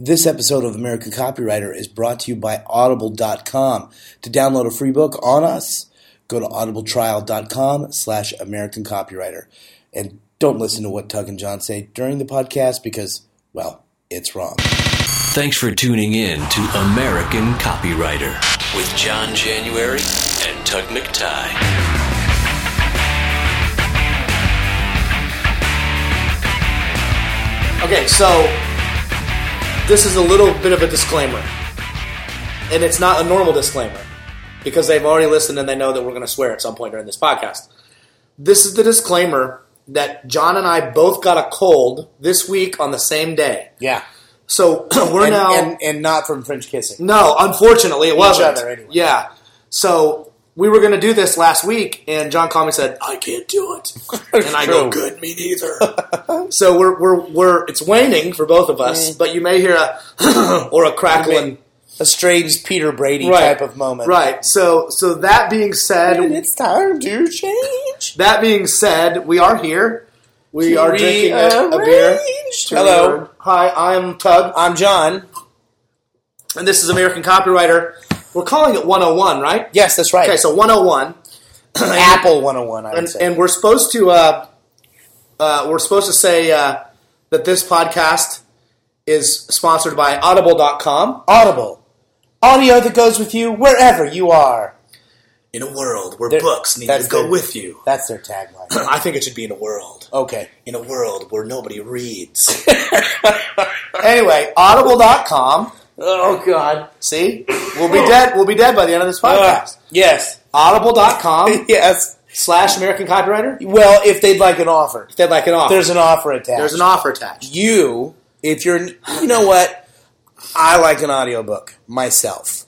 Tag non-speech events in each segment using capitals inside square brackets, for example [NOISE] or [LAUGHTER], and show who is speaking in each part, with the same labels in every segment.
Speaker 1: This episode of American Copywriter is brought to you by Audible.com. To download a free book on us, go to audibletrial.com slash American Copywriter. And don't listen to what Tug and John say during the podcast because, well, it's wrong.
Speaker 2: Thanks for tuning in to American Copywriter with John January and Tug McTye.
Speaker 3: Okay, so this is a little bit of a disclaimer. And it's not a normal disclaimer because they've already listened and they know that we're going to swear at some point during this podcast. This is the disclaimer that John and I both got a cold this week on the same day.
Speaker 1: Yeah.
Speaker 3: So [CLEARS THROAT] we're
Speaker 1: And,
Speaker 3: now.
Speaker 1: and, and not from French kissing. [LAUGHS]
Speaker 3: No, unfortunately, it wasn't.
Speaker 1: other, anyway.
Speaker 3: Yeah. So we were going to do this last week, and John called me and said, "I can't do it," and I go,
Speaker 1: True.
Speaker 3: "Good, me neither." so we're, we're we're it's waning for both of us,
Speaker 1: Mm.
Speaker 3: but you may hear a [CLEARS THROAT] or a crackling
Speaker 1: A strange Peter Brady
Speaker 3: Right.
Speaker 1: type of moment.
Speaker 3: Right. So so that being
Speaker 1: And
Speaker 3: said,
Speaker 1: it's time to change.
Speaker 3: that being said, we are here. We are drinking a, a beer.
Speaker 1: Rearranged. Hello.
Speaker 3: Hi, I'm Tug,
Speaker 1: I'm John.
Speaker 3: and this is American Copywriter. We're calling it 101, right?
Speaker 1: Yes, that's right.
Speaker 3: Okay, so [CLEARS THROAT] 101.
Speaker 1: Apple 101, I would
Speaker 3: and,
Speaker 1: say.
Speaker 3: and we're supposed to uh, uh, we're supposed to say uh, that this podcast is sponsored by audible.com
Speaker 1: Audible. Audio that goes with you wherever you are.
Speaker 3: in a world where
Speaker 1: There-
Speaker 3: books need
Speaker 1: that's
Speaker 3: to go
Speaker 1: their-
Speaker 3: with you
Speaker 1: That's their tagline.
Speaker 3: [CLEARS THROAT] i think it should be in a world
Speaker 1: Okay.
Speaker 3: in a world where nobody reads anyway audible.com
Speaker 1: Oh, God.
Speaker 3: see we'll be dead we'll be dead by the end of this podcast
Speaker 1: Uh, yes.
Speaker 3: [LAUGHS] audible.com
Speaker 1: Yes.
Speaker 3: slash american copywriter
Speaker 1: Well, if they'd like an offer,
Speaker 3: if they'd like an offer
Speaker 1: there's an offer attached.
Speaker 3: there's an offer attached
Speaker 1: you, if you're, you know what? I like an audiobook myself.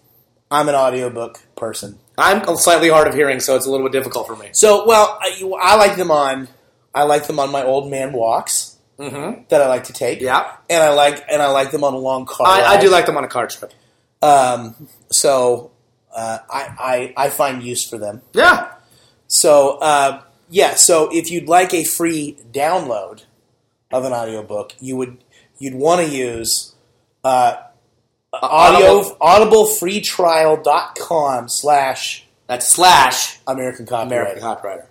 Speaker 1: I'm an audiobook person.
Speaker 3: i'm slightly hard of hearing so it's a little bit difficult for me
Speaker 1: So, well, I, I like them on, I like them on my old man walks
Speaker 3: mm-hmm.
Speaker 1: that I like to take.
Speaker 3: yeah
Speaker 1: And I like, and I like them on a long car.
Speaker 3: I, I
Speaker 1: ride.
Speaker 3: do like them on a car trip.
Speaker 1: Um, so uh, I, I I find use for them.
Speaker 3: Yeah.
Speaker 1: So uh, yeah, so if you'd like a free download of an audiobook, you would you'd want to use uh, audio audiblefreetrial.com slash
Speaker 3: That's slash
Speaker 1: American copyright.
Speaker 3: American copywriter.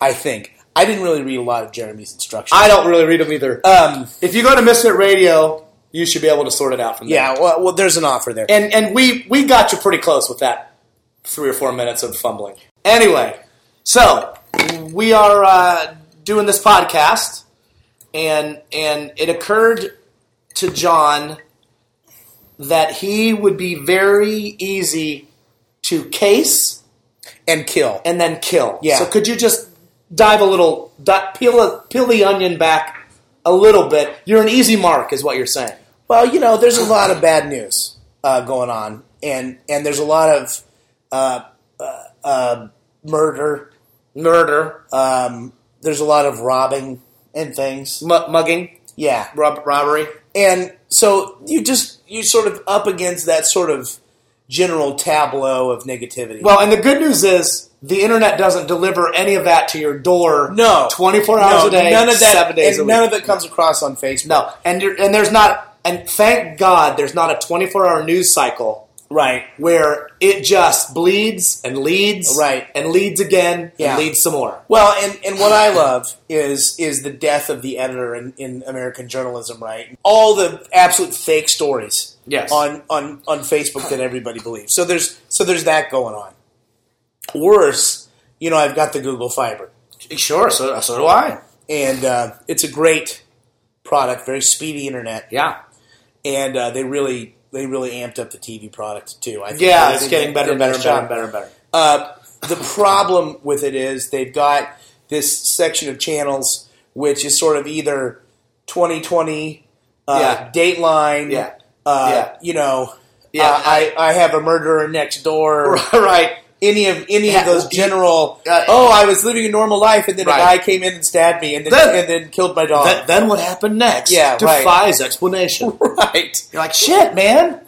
Speaker 1: I think I didn't really read a lot of Jeremy's instructions.
Speaker 3: I don't really read them either. Uh,
Speaker 1: um,
Speaker 3: if you go to Misfit Radio, you should be able to sort it out from there.
Speaker 1: yeah, well, well, there's an offer there.
Speaker 3: And and we we got you pretty close with that three or four minutes of fumbling. Anyway, so we are uh, doing this podcast, and and it occurred to John that he would be very easy to case
Speaker 1: and kill.
Speaker 3: and then kill.
Speaker 1: Yeah.
Speaker 3: So could you just dive a little, di- peel a, peel the onion back a little bit? You're an easy mark, is what you're saying.
Speaker 1: Well, you know, there's a lot of bad news uh, going on, and and there's a lot of uh, uh, uh, murder.
Speaker 3: Murder,
Speaker 1: Um, there's a lot of robbing and things.
Speaker 3: mu- mugging,
Speaker 1: Yeah,
Speaker 3: rob- robbery.
Speaker 1: and so you just you sort of up against that sort of general tableau of negativity.
Speaker 3: Well, and the good news is the internet doesn't deliver any of that to your door.
Speaker 1: no,
Speaker 3: 24 hours
Speaker 1: No,
Speaker 3: a day,
Speaker 1: none of that,
Speaker 3: seven days
Speaker 1: and
Speaker 3: a week.
Speaker 1: none of that comes across on Facebook.
Speaker 3: no, and you're, and there's not, and thank God there's not a 24 hour news cycle
Speaker 1: Right.
Speaker 3: where it just bleeds and leads,
Speaker 1: Right.
Speaker 3: and leads again,
Speaker 1: Yeah.
Speaker 3: and leads some more.
Speaker 1: Well, and, and what I love is is the death of the editor in, in American journalism, right? All the absolute fake stories
Speaker 3: Yes.
Speaker 1: on, on, on Facebook that everybody believes. So there's so there's that going on. Worse, you know, I've got the Google Fiber,
Speaker 3: Sure, so so do I.
Speaker 1: and uh, it's a great product, very speedy internet,
Speaker 3: Yeah.
Speaker 1: and uh, they really they really amped up the TV product too. I think
Speaker 3: Yeah,
Speaker 1: They
Speaker 3: it's
Speaker 1: did-
Speaker 3: getting
Speaker 1: did a
Speaker 3: better and better
Speaker 1: nice
Speaker 3: and better
Speaker 1: job.
Speaker 3: and better and
Speaker 1: Uh,
Speaker 3: better.
Speaker 1: the problem with it is they've got this section of channels which is sort of either 2020, uh,
Speaker 3: Yeah.
Speaker 1: Dateline,
Speaker 3: Yeah.
Speaker 1: Uh,
Speaker 3: Yeah.
Speaker 1: you know,
Speaker 3: Yeah,
Speaker 1: uh, I, I have a murderer next door,
Speaker 3: [LAUGHS] right.
Speaker 1: any of any
Speaker 3: Yeah,
Speaker 1: of those general.
Speaker 3: uh,
Speaker 1: oh, I was living a normal life, and then a
Speaker 3: Right.
Speaker 1: guy came in and stabbed me, and then,
Speaker 3: That-
Speaker 1: and then killed my dog.
Speaker 3: Th- then what happened next
Speaker 1: Yeah, right.
Speaker 3: defies [LAUGHS] explanation.
Speaker 1: right.
Speaker 3: You're like, shit, [LAUGHS] man.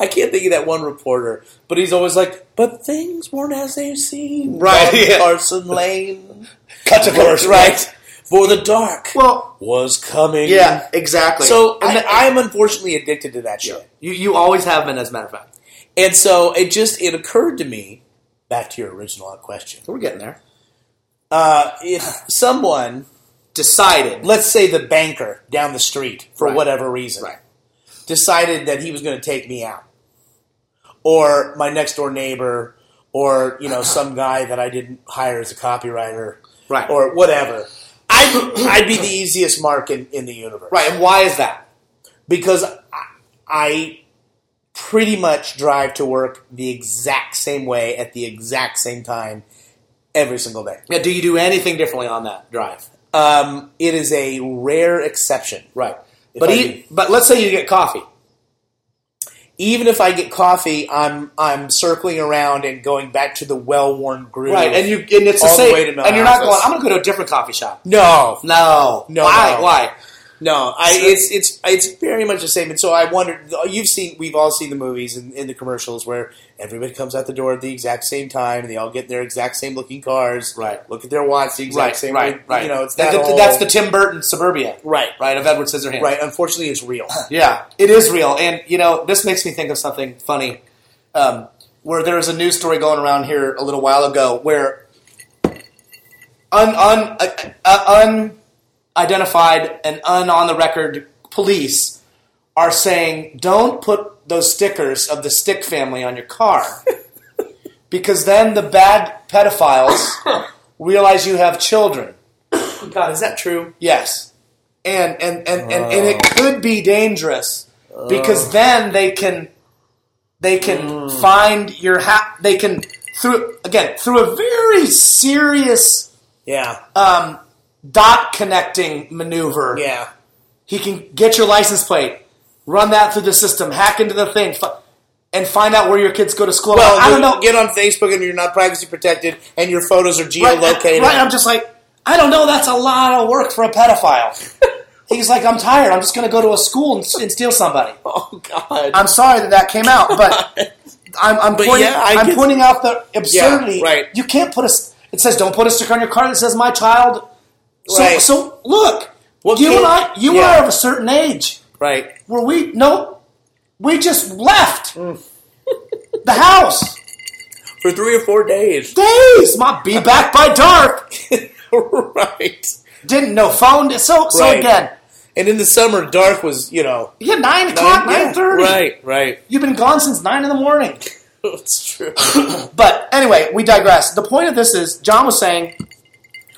Speaker 1: I can't think of that one reporter, but he's always like, "But things weren't as they seemed."
Speaker 3: Right,
Speaker 1: Bob
Speaker 3: yeah.
Speaker 1: Carson Lane.
Speaker 3: Cut [LAUGHS]
Speaker 1: Of course, right. for the dark
Speaker 3: Well,
Speaker 1: was coming.
Speaker 3: yeah, exactly.
Speaker 1: So
Speaker 3: Mm. And
Speaker 1: I,
Speaker 3: that-
Speaker 1: I'm unfortunately addicted to that shit.
Speaker 3: you you always have been, as a matter of fact.
Speaker 1: And so it just it occurred to me, back to your original question.
Speaker 3: We're getting there.
Speaker 1: Uh, if someone,
Speaker 3: Decided.
Speaker 1: let's say the banker down the street for
Speaker 3: Right.
Speaker 1: whatever reason,
Speaker 3: Right.
Speaker 1: decided that he was going to take me out, or my next door neighbor, or you know some guy that I didn't hire as a copywriter,
Speaker 3: Right.
Speaker 1: or whatever, I'd, I'd be the easiest mark in, in the universe,
Speaker 3: Right. And why is that?
Speaker 1: Because I, I pretty much drive to work the exact same way at the exact same time every single day.
Speaker 3: Yeah, do you do anything differently on that drive?
Speaker 1: Um, it is a rare exception.
Speaker 3: Right.
Speaker 1: If
Speaker 3: but
Speaker 1: I
Speaker 3: e- but let's say you get coffee.
Speaker 1: Even if I get coffee, I'm I'm circling around and going back to the well-worn groove.
Speaker 3: Right, and you and it's the
Speaker 1: All the
Speaker 3: same,
Speaker 1: way to Mount
Speaker 3: and you're not
Speaker 1: Athos.
Speaker 3: going. I'm going to go to a different coffee shop.
Speaker 1: no,
Speaker 3: No,
Speaker 1: No,
Speaker 3: why?
Speaker 1: no.
Speaker 3: Why?
Speaker 1: no, I,
Speaker 3: So-
Speaker 1: it's it's it's very much the same. And so I wondered. You've seen, we've all seen the movies and in the commercials where everybody comes out the door at the exact same time. and They all get in their exact same looking cars.
Speaker 3: Right.
Speaker 1: Look at their watch, the exact
Speaker 3: Right,
Speaker 1: same.
Speaker 3: right, right.
Speaker 1: You know, it's
Speaker 3: That-
Speaker 1: that.
Speaker 3: that-
Speaker 1: whole-
Speaker 3: that's the Tim Burton suburbia,
Speaker 1: right, right,
Speaker 3: right? Of Edward Scissorhands,
Speaker 1: right. Unfortunately, it's real.
Speaker 3: Yeah, it is real, and you know this makes me think of something funny. Um, where there was a news story going around here a little while ago where un, un, uh, uh, unidentified and un on the record police are saying don't put those stickers of the stick family on
Speaker 1: [LAUGHS]
Speaker 3: your car because then the bad
Speaker 1: [COUGHS]
Speaker 3: pedophiles realize you have children.
Speaker 1: God, is that true?
Speaker 3: Yes. And and and, and, and it
Speaker 1: Oh.
Speaker 3: could be dangerous because then they can they can
Speaker 1: Mm.
Speaker 3: find your ha- they can through again through a very serious
Speaker 1: Yeah,
Speaker 3: um, dot connecting maneuver.
Speaker 1: yeah.
Speaker 3: He can get your license plate, run that through the system, hack into the thing, fi- and find out where your kids go to school.
Speaker 1: Well,
Speaker 3: I don't know.
Speaker 1: Get on Facebook and you're not privacy protected, and your photos are
Speaker 3: right, uh,
Speaker 1: geolocated.
Speaker 3: Right, I'm just like, I don't know. That's a lot of work for a
Speaker 1: [LAUGHS]
Speaker 3: pedophile. He's like, I'm tired. I'm just going to go to a school and, and steal somebody.
Speaker 1: [LAUGHS] oh God.
Speaker 3: I'm sorry that that came
Speaker 1: [LAUGHS]
Speaker 3: out, but I'm, I'm, pointing,
Speaker 1: yeah, I
Speaker 3: I'm
Speaker 1: get-
Speaker 3: pointing out the absurdity.
Speaker 1: Yeah, right.
Speaker 3: You can't put a. s- It says don't put a sticker on your car that says my child. So,
Speaker 1: Right.
Speaker 3: so look,
Speaker 1: What
Speaker 3: you
Speaker 1: kid-
Speaker 3: and I, you and I
Speaker 1: yeah.
Speaker 3: are of a certain age
Speaker 1: right.
Speaker 3: where we no, we just left
Speaker 1: Mm. [LAUGHS]
Speaker 3: the house.
Speaker 1: For three or four days. [LAUGHS]
Speaker 3: Days, my be back by dark.
Speaker 1: right.
Speaker 3: Didn't know phone. So so
Speaker 1: Right.
Speaker 3: again,
Speaker 1: And in the summer, dark was, you know.
Speaker 3: yeah, nine o'clock,
Speaker 1: yeah,
Speaker 3: nine thirty.
Speaker 1: Right, right. [LAUGHS]
Speaker 3: You've been gone since nine in the morning.
Speaker 1: That's true.
Speaker 3: [COUGHS] [CLEARS THROAT] But anyway, we digress. The point of this is John was saying,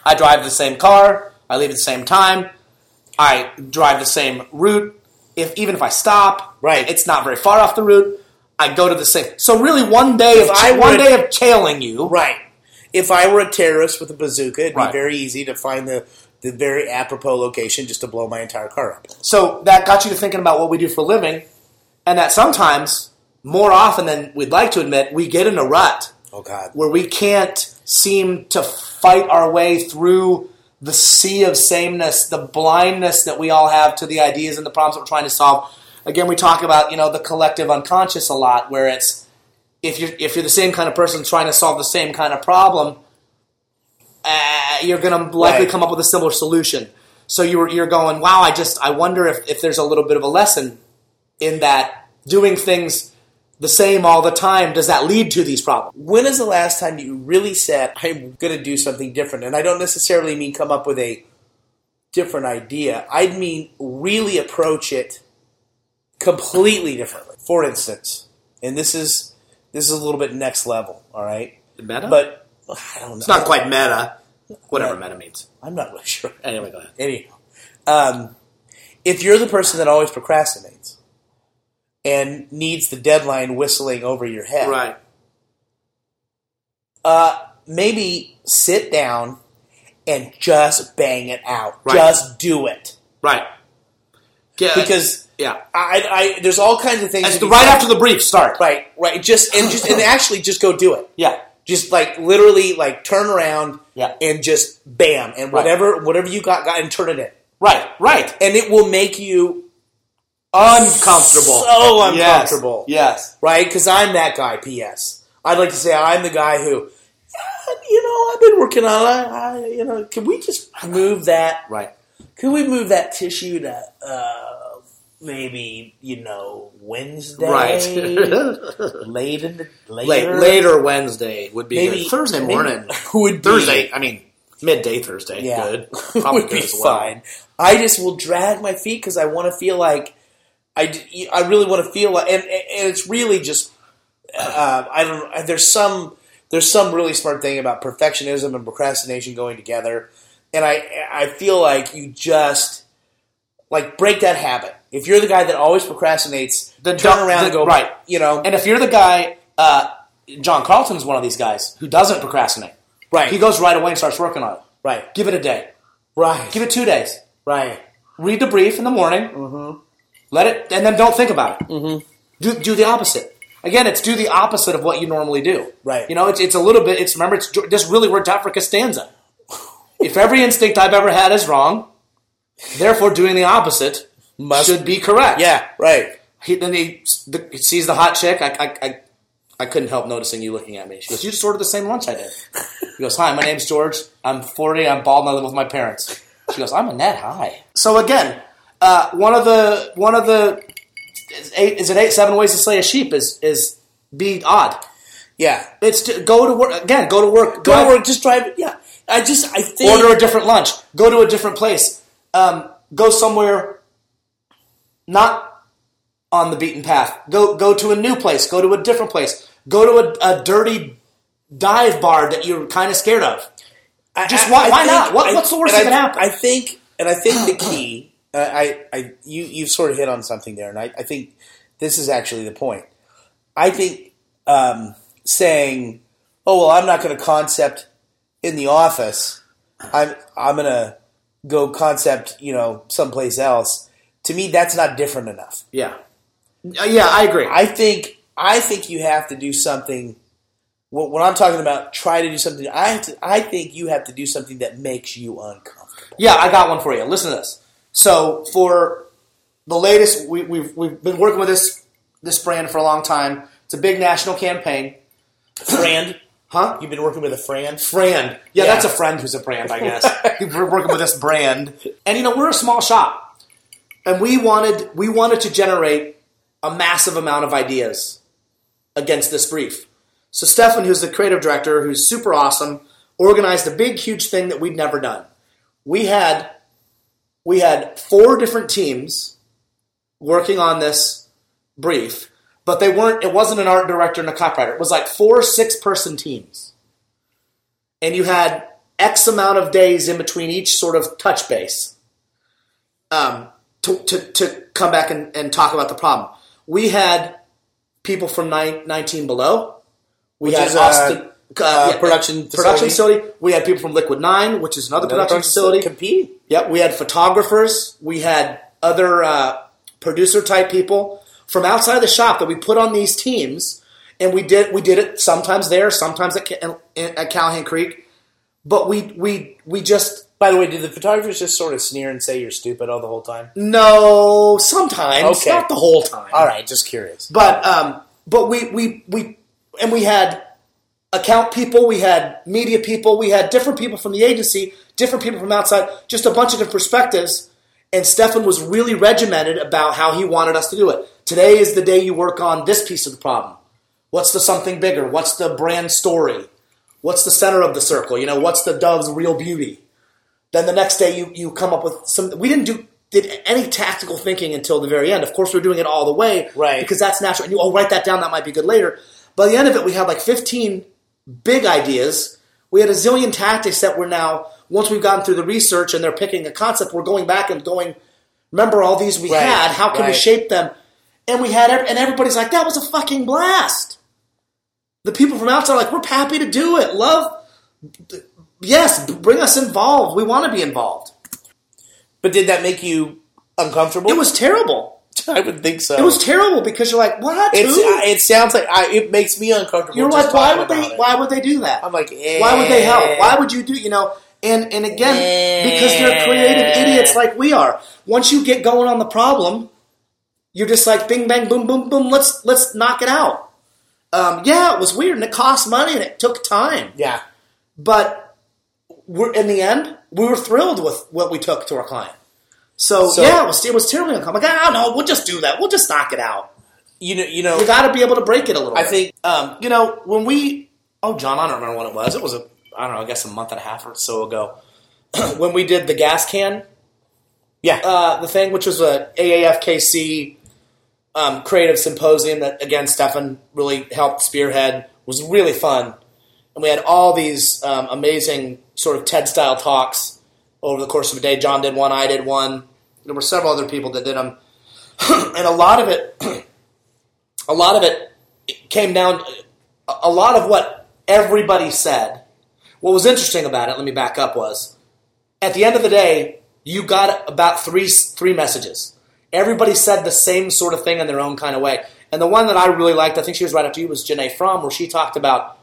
Speaker 3: I drive the same car, I leave at the same time, I drive the same route. If even if I stop,
Speaker 1: Right.
Speaker 3: it's not very far off the route. I go to the same. So really, one day of
Speaker 1: I
Speaker 3: one
Speaker 1: would-
Speaker 3: day of tailing you,
Speaker 1: right. If I were a terrorist with a bazooka, it'd
Speaker 3: Right.
Speaker 1: be very easy to find the, the very apropos location just to blow my entire car up.
Speaker 3: So that got you to thinking about what we do for a living, and that sometimes, more often than we'd like to admit, we get in a rut.
Speaker 1: Oh, God.
Speaker 3: where we can't seem to fight our way through the sea of sameness, the blindness that we all have to the ideas and the problems that we're trying to solve. Again, we talk about you know the collective unconscious a lot, where it's if you're if you're the same kind of person trying to solve the same kind of problem, uh, you're going to likely
Speaker 1: Right.
Speaker 3: come up with a similar solution. So you're you're going, wow, I just I wonder if, if there's a little bit of a lesson in that doing things the same all the time does that lead to these problems?
Speaker 1: When is the last time you really said, I'm going to do something different? And I don't necessarily mean come up with a different idea, I mean really approach it completely differently. For instance, and this is this is a little bit next level, all right?
Speaker 3: Meta?
Speaker 1: But I don't know.
Speaker 3: it's not quite meta. Whatever meta means.
Speaker 1: I'm not really [LAUGHS] sure.
Speaker 3: Anyway, go ahead.
Speaker 1: Anyhow, um, if you're the person that always procrastinates and needs the deadline whistling over your head, uh, maybe sit down and just bang it out.
Speaker 3: Right.
Speaker 1: Just do it.
Speaker 3: Right. Yeah,
Speaker 1: Because
Speaker 3: yeah,
Speaker 1: I, I, there's all kinds of things.
Speaker 3: That's
Speaker 1: that
Speaker 3: the-
Speaker 1: you
Speaker 3: right
Speaker 1: can-
Speaker 3: after the brief start.
Speaker 1: [LAUGHS] right, right. Just and just and actually just go do it.
Speaker 3: Yeah.
Speaker 1: Just like literally, like turn around,
Speaker 3: Yeah.
Speaker 1: and just bam, and
Speaker 3: Right.
Speaker 1: whatever whatever you got, got and turn it in,
Speaker 3: Right. Right.
Speaker 1: and it will make you
Speaker 3: Uncomfortable.
Speaker 1: so
Speaker 3: Yes.
Speaker 1: uncomfortable,
Speaker 3: Yes.
Speaker 1: right? Because I'm that guy. P.S. I'd like to say I'm the guy who. "Ah, you know, I've been working on it. I, I, you know, can we just move that?
Speaker 3: Right.
Speaker 1: Can we move that tissue to uh, maybe you know Wednesday?
Speaker 3: Right.
Speaker 1: late in the later.
Speaker 3: Late, later Wednesday would be
Speaker 1: Maybe
Speaker 3: good. [LAUGHS] Thursday
Speaker 1: maybe
Speaker 3: morning.
Speaker 1: [LAUGHS] would be-
Speaker 3: Thursday, I mean, midday Thursday.
Speaker 1: Yeah.
Speaker 3: [LAUGHS] Good.
Speaker 1: [LAUGHS]
Speaker 3: Probably
Speaker 1: would
Speaker 3: good
Speaker 1: be
Speaker 3: as well.
Speaker 1: fine. I just will drag my feet because I want to feel like I, d- I really want to feel like, and, and it's really just uh, I don't. There's some there's some really smart thing about perfectionism and procrastination going together, and I I feel like you just like break that habit. If you're the guy that always procrastinates,
Speaker 3: The
Speaker 1: turn
Speaker 3: dumb-
Speaker 1: around
Speaker 3: the-
Speaker 1: and go
Speaker 3: right.
Speaker 1: You know,
Speaker 3: And if you're the guy, uh, John Carlton's one of these guys who doesn't procrastinate.
Speaker 1: right,
Speaker 3: He goes right away and starts working on it.
Speaker 1: right,
Speaker 3: Give it a day.
Speaker 1: right,
Speaker 3: Give it two days.
Speaker 1: right,
Speaker 3: Read the brief in the morning. Mm-hmm. Let it, and then don't think about it. Mm-hmm. Do do the opposite. Again, it's do the opposite of what you normally do.
Speaker 1: Right.
Speaker 3: You know, it's it's a little bit. It's remember, it's this really worked out for
Speaker 1: [LAUGHS]
Speaker 3: Costanza. if every instinct I've ever had is wrong, therefore doing the opposite
Speaker 1: Must-
Speaker 3: should be correct.
Speaker 1: yeah, right.
Speaker 3: He, then he, the, he sees the hot chick. I, I, I, I couldn't help noticing you looking at me. She goes, "You just ordered the same lunch I did." He goes, "Hi, my name's George. I'm 40. I'm bald. And I live with my parents." She goes, "I'm a net high." So again, uh, one of the one of the is eight is it eight seven ways to slay a sheep is is be odd.
Speaker 1: Yeah,
Speaker 3: It's to go to work again. Go to work.
Speaker 1: go
Speaker 3: drive-
Speaker 1: to work, just drive. Yeah, I just I think
Speaker 3: order a different lunch, go to a different place, um, go somewhere not on the beaten path. Go go to a new place, go to a different place, go to a, a dirty dive bar that you're kind of scared of. Just why- why not? What- what's the worst
Speaker 1: and
Speaker 3: that
Speaker 1: I,
Speaker 3: can happen?
Speaker 1: I think, and I think the
Speaker 3: [CLEARS THROAT]
Speaker 1: key. uh, I, I, you, you sort of hit on something there, and I, I think this is actually the point. I think um, saying, "Oh well, I'm not going to concept in the office. I'm, I'm going to go concept, you know, someplace else." To me, that's not different enough.
Speaker 3: Yeah, Uh, yeah, I agree.
Speaker 1: I think I think you have to do something. When when I'm talking about try to do something, I have to, I think you have to do something that makes you uncomfortable.
Speaker 3: yeah, I got one for you. Listen to this. So for the latest, we, we've we've been working with this this brand for a long time. It's a big national campaign,
Speaker 1: Friend,
Speaker 3: [COUGHS] huh?
Speaker 1: you've been working with a friend.
Speaker 3: brand. Yeah,
Speaker 1: Yeah.
Speaker 3: that's a friend who's a brand,
Speaker 1: [LAUGHS]
Speaker 3: I guess. we're working with this brand, and you know we're a small shop, and we wanted we wanted to generate a massive amount of ideas against this brief. So Stefan, who's the creative director, who's super awesome, organized a big, huge thing that we'd never done. We had we had four different teams working on this brief, but they weren't. It wasn't an art director and a copywriter. It was like four six person teams and you had X amount of days in between each sort of touch base um, to, to, to come back and, and talk about the problem. We had people from nine, 19 Below. We
Speaker 1: Which
Speaker 3: had
Speaker 1: is, uh,
Speaker 3: Austin.
Speaker 1: uh,
Speaker 3: yeah,
Speaker 1: production facility.
Speaker 3: production facility. We had people from Liquid Nine, which is another production facility.
Speaker 1: competing.
Speaker 3: Yep, we had photographers, we had other uh, producer type people from outside the shop that we put on these teams, and we did we did it sometimes there, sometimes at, Ca- in- at Callahan Creek, but we we we just
Speaker 1: By the way, did the photographers just sort of sneer and say you're stupid all the whole time?
Speaker 3: Mm. no sometimes
Speaker 1: Okay.
Speaker 3: not the whole time.
Speaker 1: All right, just curious.
Speaker 3: But um, but we we we and we had account people, we had media people, we had different people from the agency, different people from outside, just a bunch of different perspectives. And Stefan was really regimented about how he wanted us to do it. Today is the day you work on this piece of the problem. What's the something bigger? What's the brand story? What's the center of the circle? You know, what's the dove's real beauty? Then the next day you, you come up with some we didn't do did any tactical thinking until the very end. Of course we we're doing it all the way.
Speaker 1: Right.
Speaker 3: Because that's natural. And you, oh write that down, that might be good later. By the end of it, we had like fifteen big ideas. We had a zillion tactics that we're now, once we've gotten through the research and they're picking a concept, we're going back and going, remember all these we
Speaker 1: Right,
Speaker 3: had? How can we
Speaker 1: right.
Speaker 3: shape them? And we had, ev- and everybody's like, that was a fucking blast. The people from outside are like, we're happy to do it. Love, yes, b- bring us involved. We want to be involved.
Speaker 1: But did that make you uncomfortable?
Speaker 3: It was terrible.
Speaker 1: [LAUGHS] I would think so.
Speaker 3: It was terrible because you're like, what?
Speaker 1: It's,
Speaker 3: who?
Speaker 1: uh, it sounds like I, it makes me uncomfortable.
Speaker 3: you're
Speaker 1: just
Speaker 3: like, why
Speaker 1: talking
Speaker 3: would they?
Speaker 1: about it.
Speaker 3: Why would they do that?
Speaker 1: I'm like,
Speaker 3: Why would they help?
Speaker 1: eh.
Speaker 3: Why would you do you know? And and again, because they're creative idiots like we are. Once you get going on the problem, you're just like bing bang boom boom boom. Let's let's knock it out. Um, yeah, it was weird and it cost money and it took time.
Speaker 1: Yeah.
Speaker 3: But we're in the end, we were thrilled with what we took to our client. So,
Speaker 1: So-
Speaker 3: yeah, it was, it was terribly uncomfortable. Like, oh no, we'll just do that. We'll just knock it out.
Speaker 1: You know, you know.
Speaker 3: We got to be able to break it a little.
Speaker 1: I
Speaker 3: bit.
Speaker 1: think um,
Speaker 3: you know when we. Oh, John, I don't remember when it was. It was a I don't know. I guess a month and a half or so ago [CLEARS THROAT] when we did the gas can
Speaker 1: yeah.
Speaker 3: uh, the thing, which was a AAFKC um, creative symposium that again Stefan really helped spearhead. Was really fun, and we had all these um, amazing sort of TED style talks over the course of a day. John did one, I did one. There were several other people that did them, [CLEARS THROAT] and a lot of it, [CLEARS THROAT] a lot of it came down. a- A lot of what everybody said. What was interesting about it, let me back up, was at the end of the day, you got about three three messages. Everybody said the same sort of thing in their own kind of way. And the one that I really liked, I think she was right after you, was Janae Fromm, where she talked about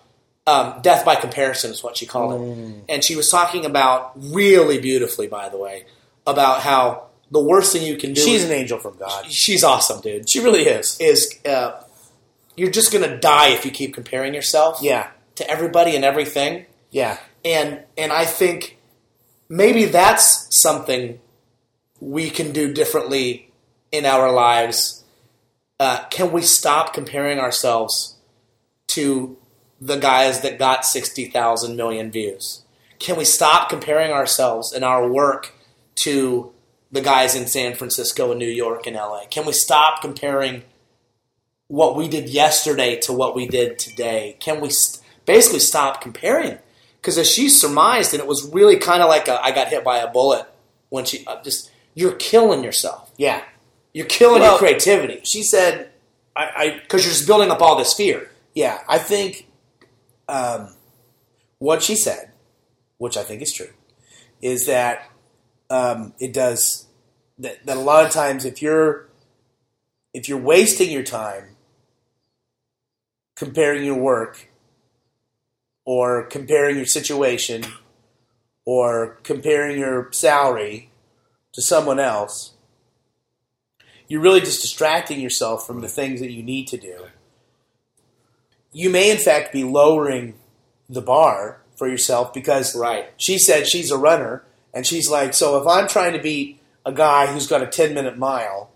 Speaker 3: um, death by comparison, is what she called it. And she was talking about really beautifully, by the way, about how the worst thing you can do.
Speaker 1: she's
Speaker 3: is-
Speaker 1: an angel from God.
Speaker 3: she's awesome, dude.
Speaker 1: She really is.
Speaker 3: is uh, you're just gonna die if you keep comparing yourself
Speaker 1: Yeah,
Speaker 3: to everybody and everything
Speaker 1: yeah.
Speaker 3: and and I think maybe that's something we can do differently in our lives. Uh, can we stop comparing ourselves to the guys that got sixty thousand million views? Can we stop comparing ourselves and our work to the guys in San Francisco and New York and LA? Can we stop comparing what we did yesterday to what we did today? Can we st- basically stop comparing? Because as she surmised, and it was really kind of like a, I got hit by a bullet when she uh, just you're killing yourself.
Speaker 1: Yeah.
Speaker 3: You're killing
Speaker 1: Well-
Speaker 3: your creativity
Speaker 1: She said, I, I
Speaker 3: because you're just building up all this fear.
Speaker 1: yeah, I think um, what she said, which I think is true, is that um, it does that, that a lot of times if you're if you're wasting your time comparing your work or comparing your situation or comparing your salary to someone else you're really just distracting yourself from the things that you need to do you may in fact be lowering the bar for yourself because
Speaker 3: Right.
Speaker 1: she said she's a runner and she's like so if i'm trying to beat a guy who's got a 10 minute mile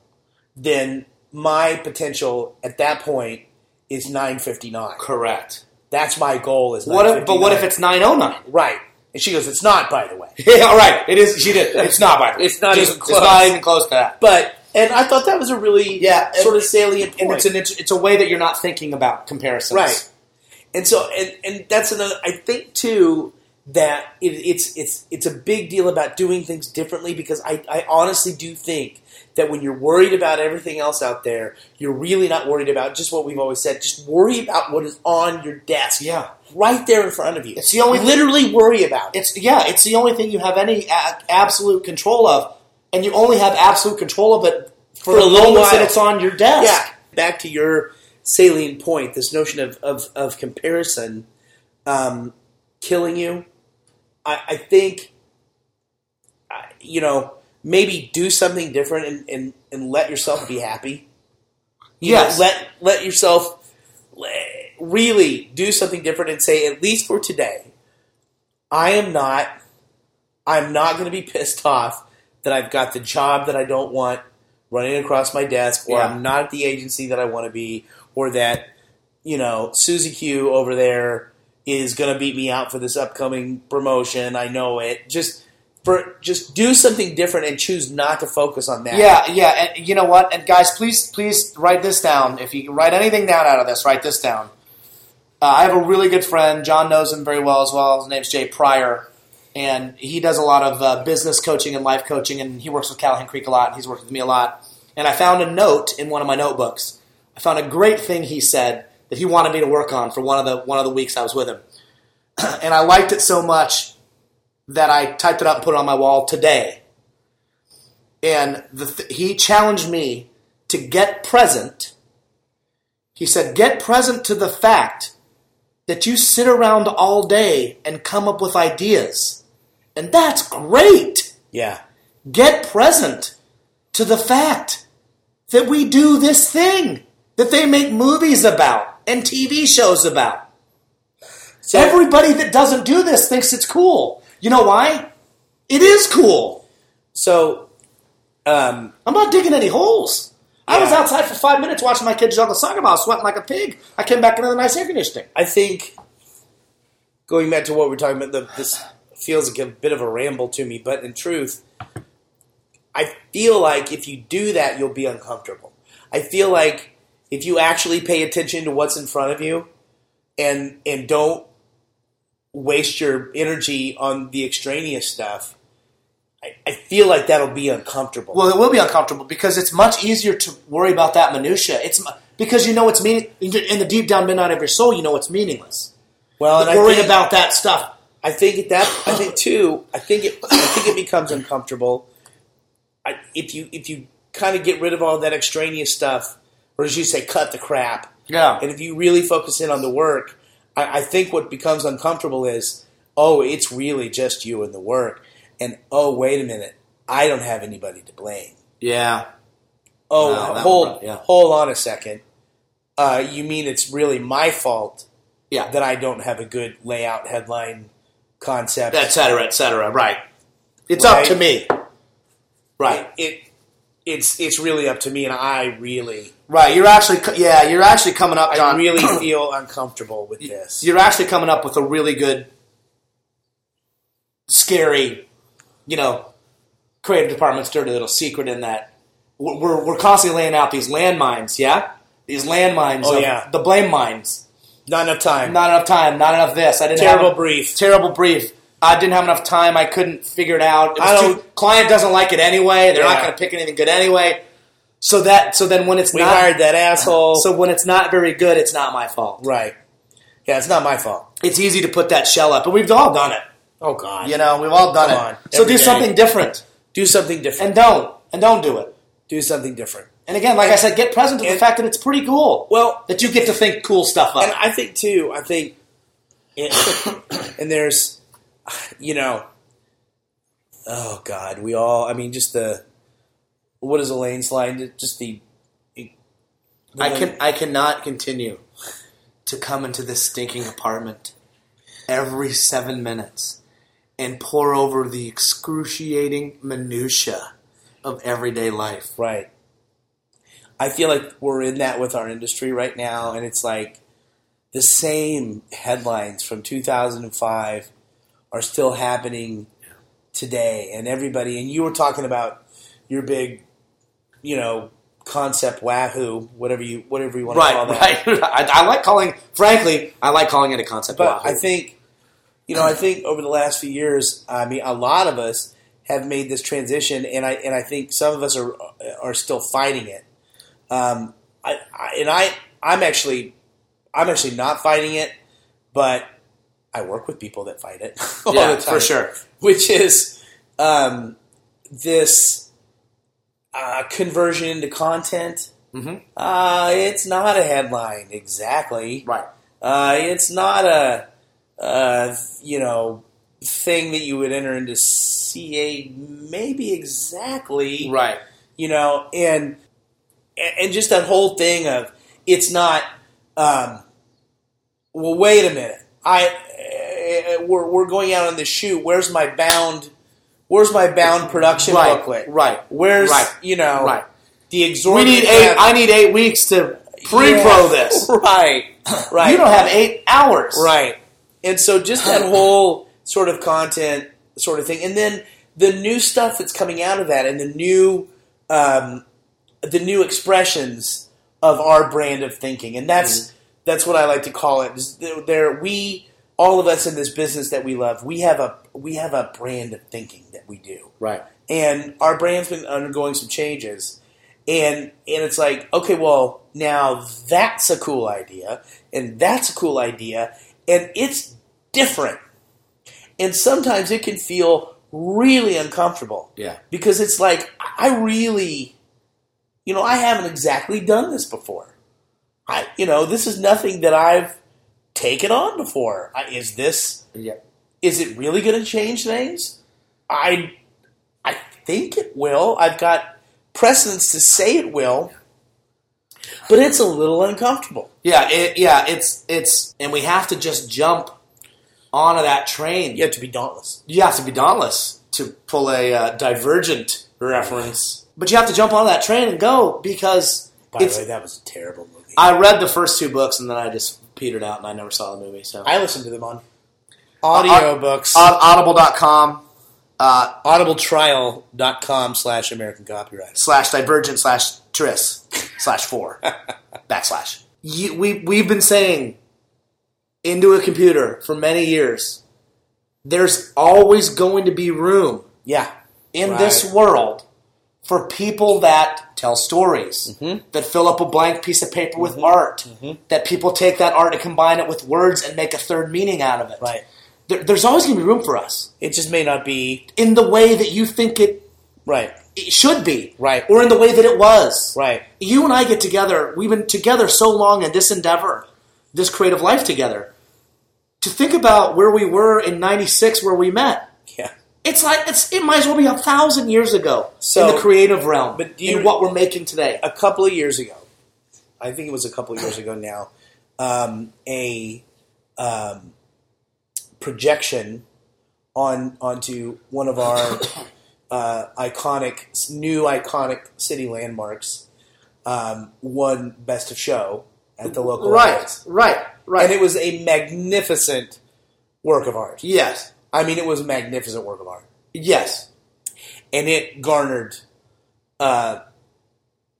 Speaker 1: then my potential at that point is 959
Speaker 3: Correct.
Speaker 1: that's my goal is
Speaker 3: What? If, but what if
Speaker 1: 959.
Speaker 3: it's nine oh nine? [LAUGHS]
Speaker 1: right and she goes it's not by the way
Speaker 3: Yeah, all right. It is. She did. It's not by the way.
Speaker 1: It's not
Speaker 3: Just-
Speaker 1: even
Speaker 3: It's not
Speaker 1: close.
Speaker 3: even close to that.
Speaker 1: but and i thought that was a really
Speaker 3: Yeah, and-
Speaker 1: sort of salient point
Speaker 3: And it's an it's, it's a way that you're not thinking about comparisons.
Speaker 1: right and so and, and that's another i think too that it, it's it's it's a big deal about doing things differently because I, I honestly do think that when you're worried about everything else out there you're really not worried about just what we've always said just worry about what is on your desk
Speaker 3: Yeah.
Speaker 1: right there in front of you
Speaker 3: It's the only thing-
Speaker 1: literally worry about it
Speaker 3: It's yeah, it's the only thing you have any a- absolute control of, and you only have absolute control of it for,
Speaker 1: For a
Speaker 3: the
Speaker 1: little
Speaker 3: moments that
Speaker 1: while.
Speaker 3: it's on your desk.
Speaker 1: yeah back to your salient point this notion of of, of comparison um, killing you I, I think I- you know maybe do something different and, and, and let yourself be happy You know,
Speaker 3: Yes.
Speaker 1: let let yourself le- really do something different and say at least for today i am not i'm not going to be pissed off that i've got the job that i don't want running across my desk or
Speaker 3: Yeah.
Speaker 1: i'm not at the agency that i want to be or that you know, Susie Q over there is going to beat me out for this upcoming promotion. I know it. Just for just do something different and choose not to focus on that.
Speaker 3: Yeah, yeah, and you know what? And guys, please, please write this down. If you can write anything down out of this, write this down. Uh, I have a really good friend. John knows him very well as well. His name's Jay Pryor, and he does a lot of uh, business coaching and life coaching. And he works with Callahan Creek a lot. And he's worked with me a lot. And I found a note in one of my notebooks. I found a great thing he said that he wanted me to work on for one of the one of the weeks I was with him, [CLEARS THROAT] and I liked it so much that I typed it up and put it on my wall today and the th- he challenged me to get present. He said, "Get present to the fact that you sit around all day and come up with ideas, and that's great.
Speaker 1: Yeah.
Speaker 3: Get present to the fact that we do this thing that they make movies about and TV shows about.
Speaker 1: So-
Speaker 3: Everybody that doesn't do this thinks it's cool. You know why? It is cool.
Speaker 1: So, um,
Speaker 3: I'm not digging any holes. I was
Speaker 1: Yeah.
Speaker 3: outside for five minutes watching my kids juggle soccer balls, sweating like a pig. I came back into the nice air conditioning.
Speaker 1: I think going back to what we're talking about, the, this feels like a bit of a ramble to me, but in truth, I feel like if you do that, you'll be uncomfortable. I feel like if you actually pay attention to what's in front of you and and don't waste your energy on the extraneous stuff, I, I feel like that'll be uncomfortable.
Speaker 3: Well, it will be uncomfortable because it's much easier to worry about that minutia. It's mu- because you know it's meaning in the deep down midnight of your soul. You know it's meaningless.
Speaker 1: well and I
Speaker 3: worrying
Speaker 1: think-
Speaker 3: about that stuff.
Speaker 1: I think at that. I think too. I think it. I think it becomes uncomfortable. I, if you if you kind of get rid of all that extraneous stuff, or as you say, cut the crap,
Speaker 3: Yeah.
Speaker 1: and if you really focus in on the work, I, I think what becomes uncomfortable is, oh, it's really just you and the work, and oh, wait a minute, I don't have anybody to blame.
Speaker 3: Yeah.
Speaker 1: Oh,
Speaker 3: No, that
Speaker 1: hold
Speaker 3: one, yeah.
Speaker 1: hold on a second. Uh, you mean it's really my fault
Speaker 3: Yeah.
Speaker 1: that I don't have a good layout, headline, concept,
Speaker 3: et cetera, et cetera. Right. It's
Speaker 1: Right.
Speaker 3: up to me.
Speaker 1: Right. It it's it's really up to me, and I really
Speaker 3: Right. You're actually, co- yeah, you're actually coming up, John.
Speaker 1: I
Speaker 3: [CLEARS THROAT]
Speaker 1: really feel uncomfortable with this.
Speaker 3: you're actually coming up with a really good, scary, you know, creative department's dirty little secret in that we're, we're, we're constantly laying out these landmines, yeah? These landmines
Speaker 1: Oh,
Speaker 3: of
Speaker 1: yeah.
Speaker 3: the blame mines.
Speaker 1: Not enough time.
Speaker 3: Not enough time, not enough this. I didn't
Speaker 1: Terrible
Speaker 3: have,
Speaker 1: brief.
Speaker 3: Terrible brief. I didn't have enough time. I couldn't figure it out. It was
Speaker 1: I
Speaker 3: too-
Speaker 1: don't-
Speaker 3: client doesn't like it anyway. They're not
Speaker 1: Yeah.
Speaker 3: going to pick anything good anyway. So that so then when it's
Speaker 1: we
Speaker 3: not
Speaker 1: hired that asshole.
Speaker 3: so when it's not very good, it's not my fault.
Speaker 1: right. Yeah, it's not my fault.
Speaker 3: It's easy to put that shell up, but we've all done it.
Speaker 1: Oh God.
Speaker 3: You know, we've all done
Speaker 1: Come on,
Speaker 3: it. so
Speaker 1: every
Speaker 3: do
Speaker 1: day.
Speaker 3: something different,
Speaker 1: Do something different.
Speaker 3: and don't, and don't do it.
Speaker 1: do something different.
Speaker 3: And again, like I said, get present to the
Speaker 1: And-
Speaker 3: fact that it's pretty cool.
Speaker 1: Well,
Speaker 3: that you get to think cool stuff
Speaker 1: And
Speaker 3: up.
Speaker 1: I think too. I think, [COUGHS] and there's, you know, oh God, we all. I mean, just the what is Elaine's line? Just the.
Speaker 3: I can, I cannot continue to come into this stinking apartment every seven minutes and pour over the excruciating minutia of everyday life.
Speaker 1: Right. I feel like we're in that with our industry right now, and it's like the same headlines from 2005 are still happening today, and everybody. And you were talking about your big, you know, concept wahoo, whatever you whatever you want to call
Speaker 3: Right, [LAUGHS]
Speaker 1: that.
Speaker 3: right. I, I like calling, frankly, I like calling it a concept.
Speaker 1: But
Speaker 3: wahoo.
Speaker 1: I think, you know, I think over the last few years, I mean, a lot of us have made this transition, and I and I think some of us are are still fighting it. Um, I, I and I I'm actually I'm actually not fighting it, but I work with people that fight it [LAUGHS] all
Speaker 3: yeah,
Speaker 1: the time
Speaker 3: for sure.
Speaker 1: which is um, this uh, conversion into content.
Speaker 3: Mhm.
Speaker 1: Uh, it's not a headline exactly,
Speaker 3: Right.
Speaker 1: Uh, it's not a uh, you know thing that you would enter into CA maybe exactly,
Speaker 3: Right.
Speaker 1: you know, and and just that whole thing of it's not. Um, well, wait a minute. I uh, we're we're going out on this shoot. Where's my bound? Where's my bound production
Speaker 3: Right,
Speaker 1: booklet?
Speaker 3: right,
Speaker 1: Where's
Speaker 3: right,
Speaker 1: you know
Speaker 3: right.
Speaker 1: the
Speaker 3: We
Speaker 1: exorbitant?
Speaker 3: need eight.
Speaker 1: effort-
Speaker 3: I need eight weeks to pre-pro
Speaker 1: Yeah.
Speaker 3: [LAUGHS] this.
Speaker 1: [LAUGHS] Right, right.
Speaker 3: You don't have eight hours.
Speaker 1: Right. And so just that whole sort of content sort of thing. And then the new stuff that's coming out of that and the new um, the new expressions of our brand of thinking. And that's that's what I like to call it. Is there- There we all of us in this business that we love, we have a we have a brand of thinking that we do
Speaker 3: Right.
Speaker 1: and our brand's been undergoing some changes and and it's like okay well now that's a cool idea and that's a cool idea and it's different and sometimes it can feel really uncomfortable
Speaker 3: Yeah.
Speaker 1: because it's like i really you know i haven't exactly done this before i you know this is nothing that i've taken on before I, is this
Speaker 3: Yeah.
Speaker 1: is it really going to change things? I I think it will. I've got precedents to say it will, but it's a little uncomfortable.
Speaker 3: Yeah. It, yeah. It's it's and we have to just jump onto that train.
Speaker 1: You have to be dauntless.
Speaker 3: You have to be dauntless to pull a uh, divergent reference, but you have to jump on that train and go because
Speaker 1: By
Speaker 3: it's.
Speaker 1: the way, that was a terrible movie. I,
Speaker 3: I read the first two books and then I just petered out and I never saw the movie. So
Speaker 1: listened to them on audiobooks.
Speaker 3: on audible.com uh,
Speaker 1: audibletrial.com slash American Copyright.
Speaker 3: slash divergent slash tris
Speaker 1: [LAUGHS]
Speaker 3: slash four backslash. You, we, we've been saying into a computer for many years there's always going to be room
Speaker 1: Yeah.
Speaker 3: in
Speaker 1: Right.
Speaker 3: this world for people that tell stories,
Speaker 1: Mm-hmm.
Speaker 3: that fill up a blank piece of paper with art, that people take that art and combine it with words and make a third meaning out of it.
Speaker 1: Right.
Speaker 3: There, there's always going to be room for us
Speaker 1: It just may not be
Speaker 3: in the way that you think it
Speaker 1: right.
Speaker 3: it should be.
Speaker 1: Right.
Speaker 3: Or in the way that it was.
Speaker 1: Right.
Speaker 3: You and I get together, we've been together so long in this endeavor, this creative life together. To think about where we were in 96 where we met.
Speaker 1: Yeah.
Speaker 3: It's like it's it might as well be a thousand years ago
Speaker 1: So-
Speaker 3: in the creative realm
Speaker 1: but do you-
Speaker 3: in what we're making today.
Speaker 1: A couple of years ago, I think it was a couple of years ago now, um, a um, projection on onto one of our [COUGHS] uh, iconic, new iconic city landmarks um, won Best of Show at the local
Speaker 3: right,
Speaker 1: Lions.
Speaker 3: right, right.
Speaker 1: and it was a magnificent work of art.
Speaker 3: yes,
Speaker 1: I mean, it was a magnificent work of art,
Speaker 3: yes,
Speaker 1: and it garnered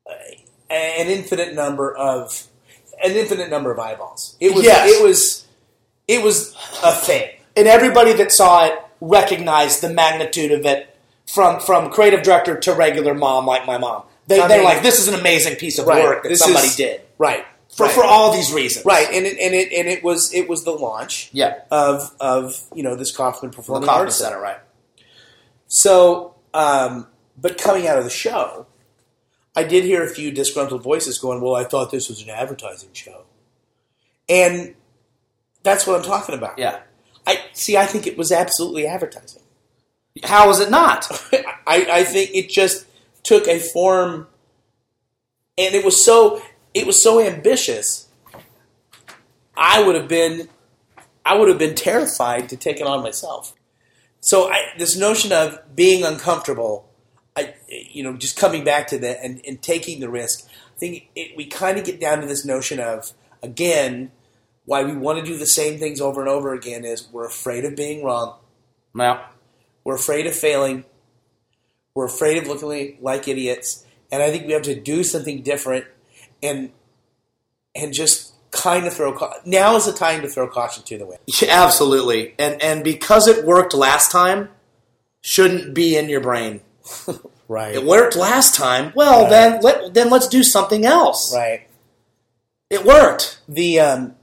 Speaker 1: uh, an infinite number of an infinite number of eyeballs. It was
Speaker 3: Yes.
Speaker 1: it was it was a thing.
Speaker 3: and everybody that saw it recognized the magnitude of it from from creative director to regular mom like my mom. They,
Speaker 1: I
Speaker 3: they're
Speaker 1: mean-
Speaker 3: like, this is an amazing piece of work that
Speaker 1: This
Speaker 3: somebody
Speaker 1: is-
Speaker 3: did
Speaker 1: right
Speaker 3: for
Speaker 1: right.
Speaker 3: for all these reasons.
Speaker 1: right, and it, and it and it was it was the launch
Speaker 3: Yeah.
Speaker 1: of of you know this Kaufman
Speaker 3: The
Speaker 1: Performing
Speaker 3: Kaufman
Speaker 1: Arts
Speaker 3: Center. Right.
Speaker 1: So, um, but coming out of the show, I did hear a few disgruntled voices going, "Well, I thought this was an advertising show," and that's what I'm talking about.
Speaker 3: Yeah.
Speaker 1: I see. I think it was absolutely advertising.
Speaker 3: How is it not?
Speaker 1: I, [LAUGHS] I think it just took a form, and it was so it was so ambitious. I would have been, I would have been terrified to take it on myself. So I, this notion of being uncomfortable, I, you know, just coming back to that and, and taking the risk. I think it, we kind of get down to this notion of again why we want to do the same things over and over again is we're afraid of being wrong.
Speaker 3: no.
Speaker 1: We're afraid of failing. We're afraid of looking like idiots. And I think we have to do something different and and just kind of throw cau- now is the time to throw caution to the wind.
Speaker 3: [LAUGHS] Yeah, absolutely. And and because it worked last time, shouldn't be in your brain.
Speaker 1: Right.
Speaker 3: It worked last time. Well,
Speaker 1: Right.
Speaker 3: then let then let's do something else.
Speaker 1: Right.
Speaker 3: It worked.
Speaker 1: The um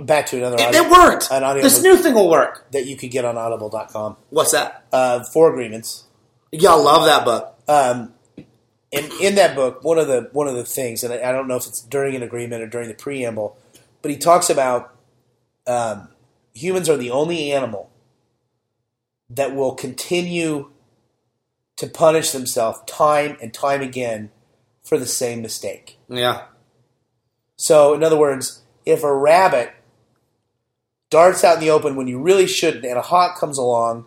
Speaker 1: back to another
Speaker 3: It,
Speaker 1: audio-
Speaker 3: it worked.
Speaker 1: an audio
Speaker 3: This new thing will work.
Speaker 1: that you could get on audible.com.
Speaker 3: What's that?
Speaker 1: Uh four agreements.
Speaker 3: Y'all love that book.
Speaker 1: Um and in that book, one of the one of the things, and I, I don't know if it's during an agreement or during the preamble, but he talks about um, humans are the only animal that will continue to punish themselves time and time again for the same mistake.
Speaker 3: Yeah.
Speaker 1: So, in other words, if a rabbit darts out in the open when you really shouldn't, and a hawk comes along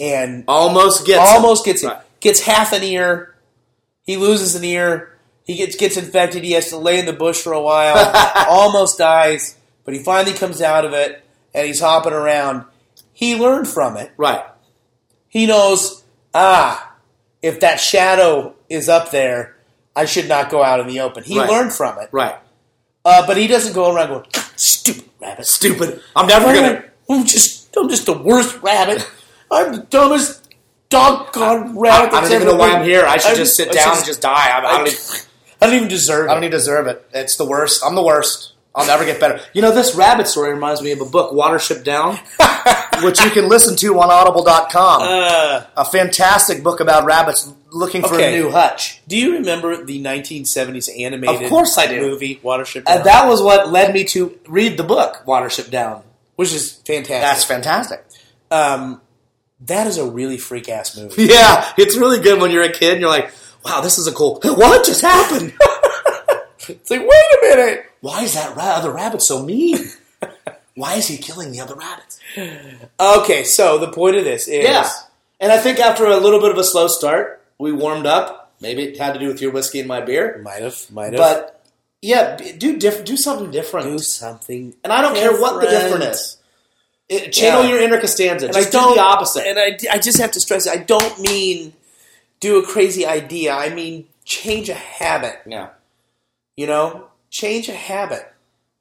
Speaker 1: and
Speaker 3: Almost gets
Speaker 1: almost gets it.
Speaker 3: Right.
Speaker 1: Gets half an ear. He loses an ear. He gets gets infected. He has to lay in the bush for a
Speaker 3: [LAUGHS]
Speaker 1: while. almost dies, but he finally comes out of it, and he's hopping around. He learned from it.
Speaker 3: Right.
Speaker 1: He knows. Ah, if that shadow is up there, I should not go out in the open. He
Speaker 3: Right.
Speaker 1: learned from it,
Speaker 3: Right.
Speaker 1: uh, but he doesn't go around going stupid rabbit. Oh,
Speaker 3: Stupid. I'm never gonna.
Speaker 1: I'm just I'm just the worst rabbit. I'm the dumbest doggone rabbit.
Speaker 3: I
Speaker 1: that's
Speaker 3: don't even
Speaker 1: ever
Speaker 3: know why
Speaker 1: been-
Speaker 3: I'm here. I should
Speaker 1: I'm
Speaker 3: just sit down and just die. I, I don't even,
Speaker 1: I don't even deserve
Speaker 3: I don't even deserve it. It's the worst. I'm the worst. I'll never get better. You know, this rabbit story reminds me of a book, Watership [LAUGHS] Down, which you can listen to on audible.com. a fantastic book about rabbits looking for
Speaker 1: Okay.
Speaker 3: a new hutch.
Speaker 1: Do you remember the 1970s animated?
Speaker 3: Of course I do.
Speaker 1: Movie Watership, Down,
Speaker 3: And Uh, that was what led me to read the book, Watership Down.
Speaker 1: which is fantastic.
Speaker 3: That's fantastic.
Speaker 1: um, that is a really freak ass movie.
Speaker 3: Yeah, it's really good when you're a kid and you're like, wow, this is a cool. [LAUGHS] What just happened?
Speaker 1: It's like wait a minute.
Speaker 3: [LAUGHS] Why is that ra- other rabbit so mean? Why is he killing the other rabbits?
Speaker 1: Okay, so the point of this is
Speaker 3: Yeah. And I think after a little bit of a slow start, we warmed up. Maybe it had to do with your whiskey and my beer.
Speaker 1: might have, might have,
Speaker 3: But yeah, b- do diff- do something different.
Speaker 1: do something.
Speaker 3: and I don't care what the
Speaker 1: different.
Speaker 3: different is. It- channel
Speaker 1: Yeah.
Speaker 3: your inner Costanza.
Speaker 1: And
Speaker 3: just
Speaker 1: I don't
Speaker 3: do the opposite.
Speaker 1: And I, I just have to stress, I don't mean do a crazy idea. I mean change a habit.
Speaker 3: yeah.
Speaker 1: You know, change a habit.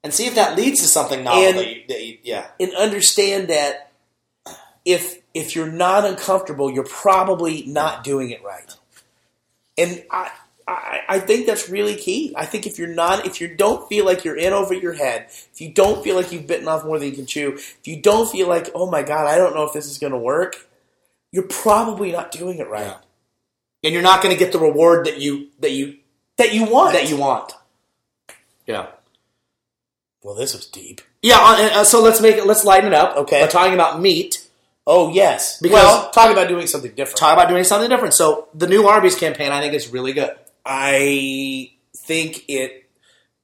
Speaker 3: And see if that leads to something novel.
Speaker 1: And-
Speaker 3: that you, that you- yeah.
Speaker 1: and understand that if if you're not uncomfortable, you're probably not doing it right. And I, I I think that's really key. I think if you're not if you don't feel like you're in over your head, if you don't feel like you've bitten off more than you can chew, if you don't feel like oh my god, I don't know if this is going to work, you're probably not doing it right
Speaker 3: Yeah. And you're not going to get the reward that you that you
Speaker 1: that you want.
Speaker 3: that you want. Yeah.
Speaker 1: well, this was deep.
Speaker 3: Yeah. on- and, uh, so let's make it. Let's lighten it up.
Speaker 1: Okay.
Speaker 3: We're talking about meat.
Speaker 1: Oh yes,
Speaker 3: Because-
Speaker 1: well, talk about doing something different.
Speaker 3: Talk about doing something different. So the new Arby's campaign, I think, is really good.
Speaker 1: I think it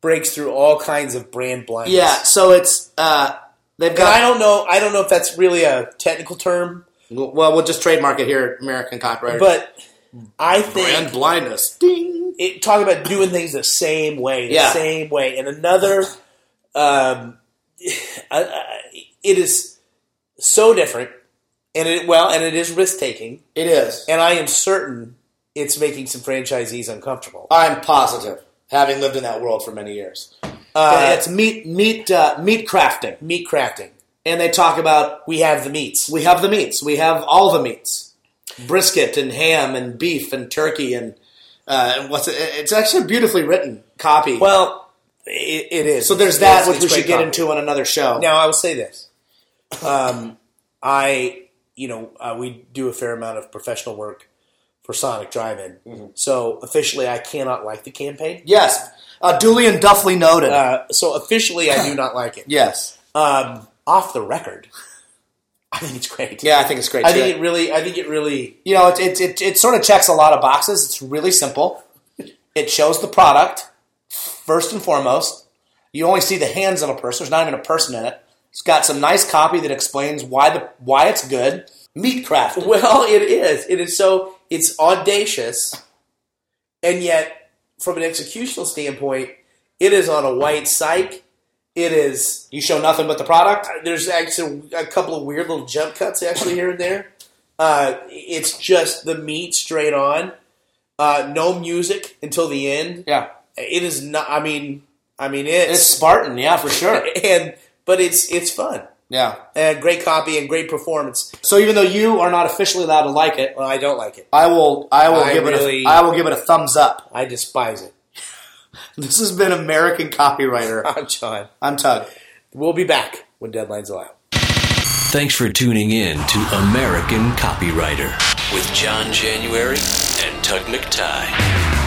Speaker 1: breaks through all kinds of brand blindness.
Speaker 3: Yeah. So it's uh, they've
Speaker 1: And I
Speaker 3: got.
Speaker 1: don't know. I don't know if that's really a technical term,
Speaker 3: Well, we'll just trademark it here, American copyright.
Speaker 1: but I think
Speaker 3: brand blindness. Ding.
Speaker 1: it, talk about doing things the same way, the
Speaker 3: Yeah.
Speaker 1: same way, and another. Um, I- I- it is so different, and it well, and it is risk taking,
Speaker 3: It is.
Speaker 1: and I am certain it's making some franchisees uncomfortable.
Speaker 3: I'm positive, having lived in that world for many years.
Speaker 1: Uh,
Speaker 3: it's meat, meat, uh, meat crafting,
Speaker 1: meat crafting.
Speaker 3: and they talk about
Speaker 1: We have the meats.
Speaker 3: we have the meats. We have all the meats: brisket and ham and beef and turkey and uh, and what's it? It's actually a beautifully written copy.
Speaker 1: Well, it, it is.
Speaker 3: so there's
Speaker 1: It's-
Speaker 3: that,
Speaker 1: it's
Speaker 3: which we should
Speaker 1: great copy.
Speaker 3: get into on another show.
Speaker 1: Now I will say this: um, I, you know, uh, we do a fair amount of professional work for Sonic Drive-In,
Speaker 3: Mm-hmm.
Speaker 1: so officially I cannot like the campaign.
Speaker 3: yes, uh, duly and duffly noted.
Speaker 1: Uh, so officially I do not like it.
Speaker 3: yes,
Speaker 1: Um, off the record, [LAUGHS] I think it's great.
Speaker 3: yeah, I think it's great.
Speaker 1: I
Speaker 3: too.
Speaker 1: think it really, I think it really,
Speaker 3: you know, it, it, it, it sort of checks a lot of boxes. It's really simple. It shows the product, first and foremost. You only see the hands of a person. There's not even a person in it. It's got some nice copy that explains why the why it's good. Meat craft.
Speaker 1: well, it is. It is so it's audacious, and yet from an executional standpoint, it is on a white psych. It is Uh,
Speaker 3: You show nothing but the product.
Speaker 1: there's actually a couple of weird little jump cuts actually here and there. Uh, it's just the meat straight on. Uh, no music until the end.
Speaker 3: Yeah.
Speaker 1: It is not. I mean, I mean it's,
Speaker 3: It's Spartan, yeah,
Speaker 1: [LAUGHS]
Speaker 3: for sure.
Speaker 1: and but it's it's fun.
Speaker 3: Yeah.
Speaker 1: And great copy and great performance.
Speaker 3: So even though you are not officially allowed to like it,
Speaker 1: Well, I don't like it.
Speaker 3: I will I will
Speaker 1: I
Speaker 3: give
Speaker 1: really-
Speaker 3: it a, I will give it a thumbs up. [LAUGHS]
Speaker 1: I despise it.
Speaker 3: This has been American Copywriter.
Speaker 1: [LAUGHS] I'm John.
Speaker 3: I'm Tug.
Speaker 1: We'll be back when deadlines allow.
Speaker 2: Thanks for tuning in to American Copywriter with John January and Tug McTye.